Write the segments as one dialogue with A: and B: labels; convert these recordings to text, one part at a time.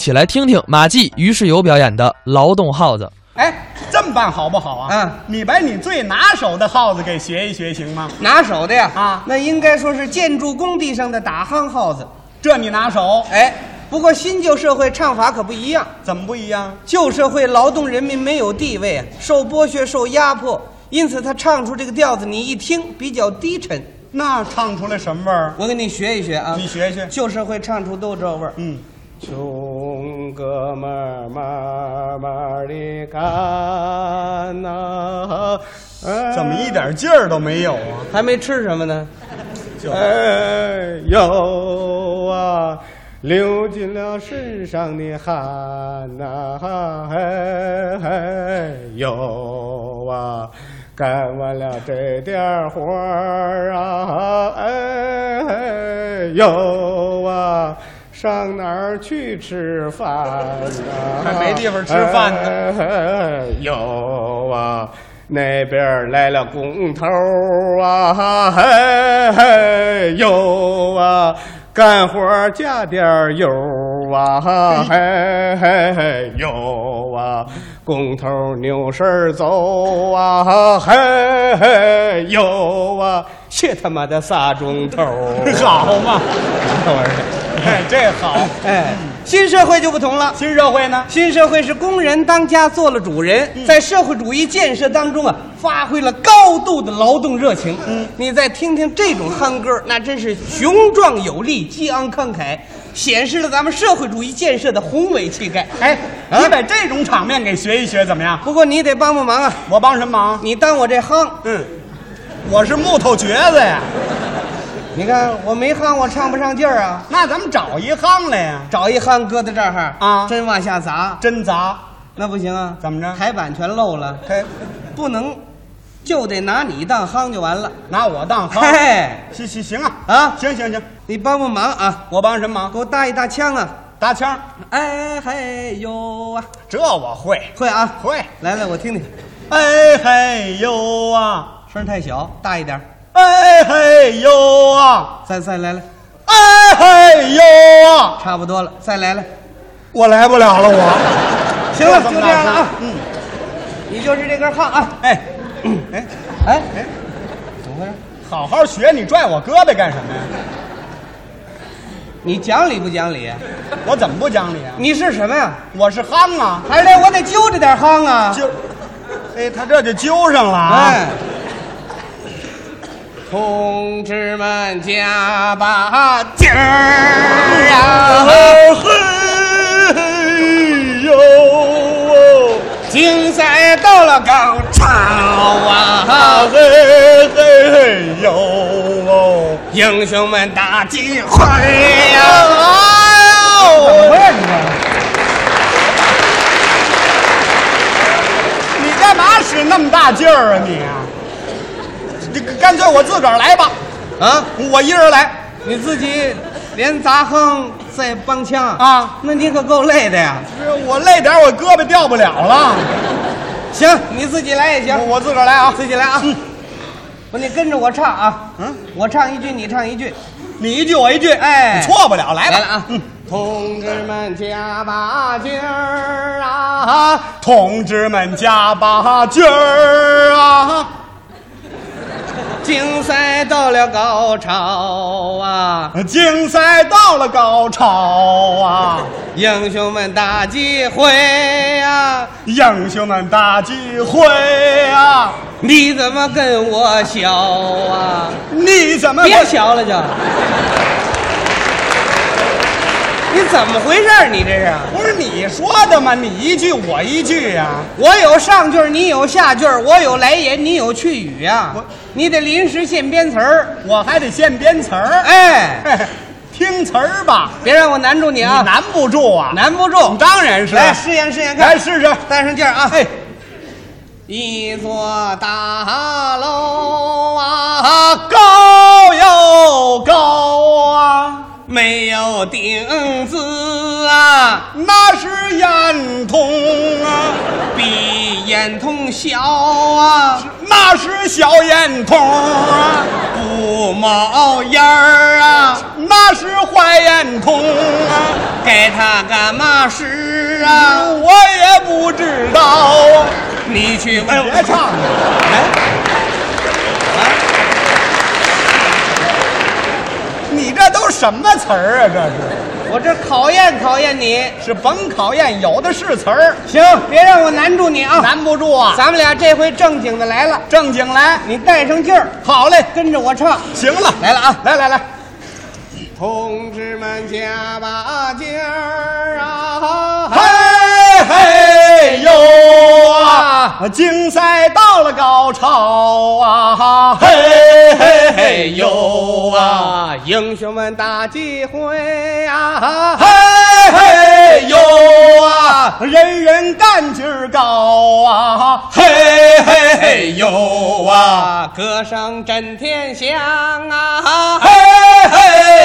A: 起来听听马季、于世友表演的《劳动号子》。
B: 哎，
C: 这么办好不好啊？
B: 嗯
C: 你把你最拿手的号子给学一学，行吗？
B: 拿手的呀
C: 啊
B: 那应该说是建筑工地上的打夯号子。
C: 这你拿手，
B: 哎，不过新旧社会唱法可不一样。
C: 怎么不一样？
B: 旧社会劳动人民没有地位啊，受剥削、受压迫，因此他唱出这个调子，你一听比较低沉。
C: 那唱出来什么味儿？
B: 我给你学一学啊，
C: 你学学
B: 旧社会唱出都这味儿。
C: 嗯，
D: 穷哥们儿慢慢的干呐、哎嗯
C: 怎么一点劲儿都没有啊？
B: 还没吃什么呢，
C: 就
D: 哎呦啊，流尽了身上的汗呐、哎哎呦啊，干完了这点儿活儿啊，哎哎呦啊。上哪儿去吃饭呐、
C: 还没地方吃饭呢
D: 呢。有啊，那边来了工头啊，嘿嘿，有啊，干活加点儿油啊，嘿嘿嘿，有啊，工头扭身走啊，嘿嘿，有啊，去他妈的仨钟头，
C: 好嘛，
D: 这玩意儿，
C: 哎，这好。
B: 哎，新社会就不同了。
C: 新社会呢？
B: 新社会是工人当家做了主人，
C: 嗯
B: 在社会主义建设当中啊，发挥了高度的劳动热情。嗯，你再听听这种憨歌，那真是雄壮有力、激昂慷慨，显示了咱们社会主义建设的宏伟气概。
C: 哎，
B: 啊
C: 你把这种场面给学一学，怎么样？
B: 不过你得帮帮忙啊，
C: 我帮什么忙？
B: 你当我这夯，
C: 嗯，我是木头橛子呀。
B: 你看我没夯，我唱不上劲儿啊。
C: 那咱们找一行来呀，
B: 找一夯搁在这儿哈
C: 啊
B: 真往下砸
C: 真砸。
B: 那不行啊。
C: 怎么着
B: 台板全漏了，
C: 嘿，
B: 不能，就得拿你当夯就完了。
C: 拿我当行。
B: 嘿，
C: 行行行啊，
B: 啊
C: 行行行，
B: 你帮帮忙啊，
C: 我帮什么忙？
B: 给我搭一搭腔啊！
C: 搭腔儿，
B: 哎嘿呦啊，
C: 这我会。
B: 会啊，
C: 会，
B: 来来，我听听，
C: 哎嘿呦啊，
B: 声儿太小，大一点儿，
C: 哎嘿呦啊，
B: 再再来来，
C: 哎嘿呦啊，
B: 差不多了，再来来，
C: 我来不了了，我。
B: 行了，就这样了啊，
C: 嗯，
B: 你就是这根号啊，
C: 哎，哎，
B: 哎哎，怎么回事？
C: 好好学，你拽我胳膊干什么呀？
B: 你讲理不讲理？
C: 我怎么不讲理啊？
B: 你是什么呀？
C: 我是憨啊，
B: 还是得我得揪着点夯啊！
C: 就，哎，他这就揪上了啊。
B: 哎，
D: 同志们加把劲儿啊！
C: 嘿呦，
D: 竞赛到了高潮啊！
C: 嘿嘿嘿呦哦，
D: 英雄们大集会呀、
B: 怎么
C: 哦，
B: 回事？你这
C: 你干嘛使那么大劲儿啊你啊？你干脆我自个儿来吧，
B: 啊，
C: 我一人来。
B: 你自己连砸夯再帮腔
C: 啊？
B: 那你可够累的呀！
C: 不是我累点儿，我胳膊掉不了了。
B: 行，你自己来也行
C: 我。我自个儿来啊，
B: 自己来啊！不，你跟着我唱啊！嗯，我唱一句，你唱一句。
C: 你一句我一句，
B: 哎
C: 你错不了，嗯来吧。
B: 来了啊！
D: 同志们加把劲儿啊！
C: 同志们加把劲儿啊，
B: 竞赛到了高潮啊！
C: 竞赛到了高潮啊，
B: 英雄们大集会啊！
C: 英雄们大聚会啊，
B: 你怎么跟我笑啊？
C: 你怎 么
B: 别笑了就！你怎么回事儿？你这是？
C: 不是你说的吗？你一句我一句呀、
B: 我有上句儿，你有下句儿；我有来言，你有去语啊
C: 我！
B: 你得临时现编词儿。
C: 我还得现编词儿。
B: 哎，
C: 哎，听词儿吧，
B: 别让我难住你
C: 你
B: 啊！
C: 难不住啊。
B: 难不住。
C: 当然是。
B: 来试验试验
C: 来
B: 看，
C: 试试。
B: 带上劲儿啊！
C: 啊哎，
B: 一座大楼啊，
C: 高又高啊，
B: 没有顶子啊，
C: 那是烟囱啊，
B: 比眼通宵啊，
C: 那是小烟筒啊，
B: 不冒烟儿啊，
C: 那是坏烟筒啊，
B: 给他干嘛使啊？
C: 我也不知道哎啊。
B: 你去问
C: 哎别唱了，哎你这都什么词儿啊？这
B: 我这考验考验你。
C: 是是甭考验，有的是词儿，
B: 行，别让我难住你啊！
C: 难不住啊。
B: 咱们俩这回正经的来了，
C: 正经来，
B: 你带上劲儿，
C: 好嘞，
B: 跟着我唱。
C: 行了，来了啊，来来来，
D: 同志们加把劲儿啊！
C: 嘿嘿呦啊，竞赛到了高潮啊，嘿嘿嘿呦啊，，
D: 英雄们大聚会啊！
C: 嘿嘿呦啊，人人干劲儿高啊，嘿嘿嘿呦啊，
B: 歌声震天响啊！
C: 嘿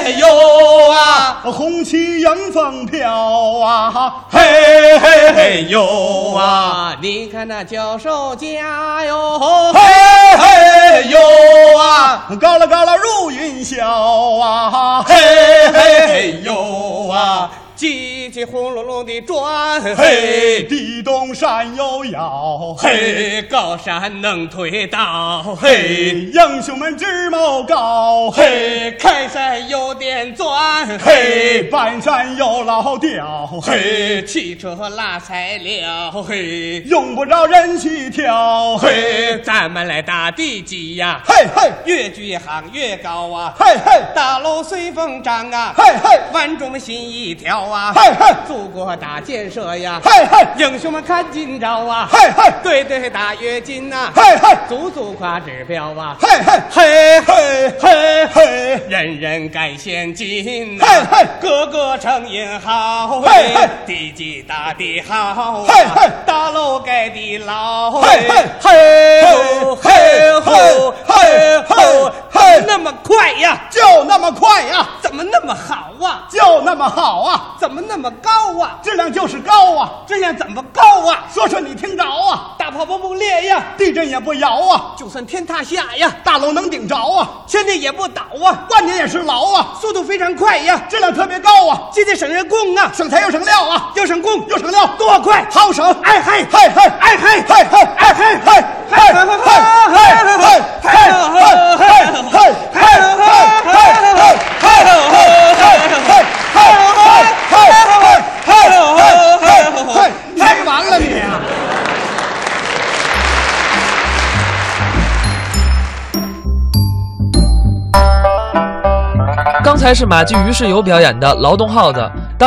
C: 嘿呦啊，红旗迎风飘啊，嘿嘿嘿呦啊。
B: 啊，你看那教授家哟，
C: 嘿嘿呦啊，高了高了入云霄啊，嘿嘿嘿呦啊，
B: 叽叽轰隆隆地转，
C: 嘿，地动山又摇，
B: 嘿，哎高山能推倒，
C: 嘿，英雄们志谋高，嘿，
B: 嘿，开山有点钻，
C: 嘿，，半山有老调，嘿，
B: 嘿，汽车拉材料，嘿，
C: 用不着人去挑，
B: 嘿
C: 嘿，，
B: 咱们来打地基呀，
C: 嘿嘿，
B: 越举行越高啊，
C: 嘿嘿，
B: 大楼随风张啊，
C: 嘿嘿，
B: 万众心一条啊，
C: 嘿嘿
B: 祖国打建设呀，
C: 嘿嘿，
B: 英雄们看今朝啊，
C: 嘿嘿，
B: 对对打跃进呐，
C: 嘿嘿，
B: 足足跨指标啊，
C: 嘿嘿，嘿嘿嘿嘿。
B: 人人改先进呐
C: 嘿嘿，
B: 个个成英豪
C: 嘿嘿
B: 哎，地基打得好啊
C: 嘿嘿，
B: 大楼盖得牢
C: 嘿
B: 哎
C: 嘿嘿嘿吼嘿
B: 吼嘿吼嘿
C: 吼
B: 吼
C: 嘿
B: 嘿，那么快呀，
C: 就那么快呀，
B: 怎么那么好啊？
C: 就那么好啊，
B: 怎么那么高啊？
C: 质量就是高啊，
B: 质量怎么高啊？
C: 说说你听着啊，
B: 大炮不崩裂呀，
C: 地震也不摇啊，
B: 就算天塌下呀，
C: 大楼能顶着啊，
B: 千年也不倒啊，
C: 万年也是牢啊，
B: 速度非常快呀，
C: 质量特别高啊，
B: 节节省人工啊，
C: 省材又省料啊，
B: 又省工
C: 又省料，
B: 多快！
C: 好省，
B: 哎嗨
C: 嗨嗨
B: 哎嗨
C: 嗨嗨哎嗨嗨嗨嗨嗨嗨嗨嗨嗨嗨嗨
B: 哦
C: 嗨，太完了你啊！
A: 刚才是马季、于世友表演的《劳动号子》，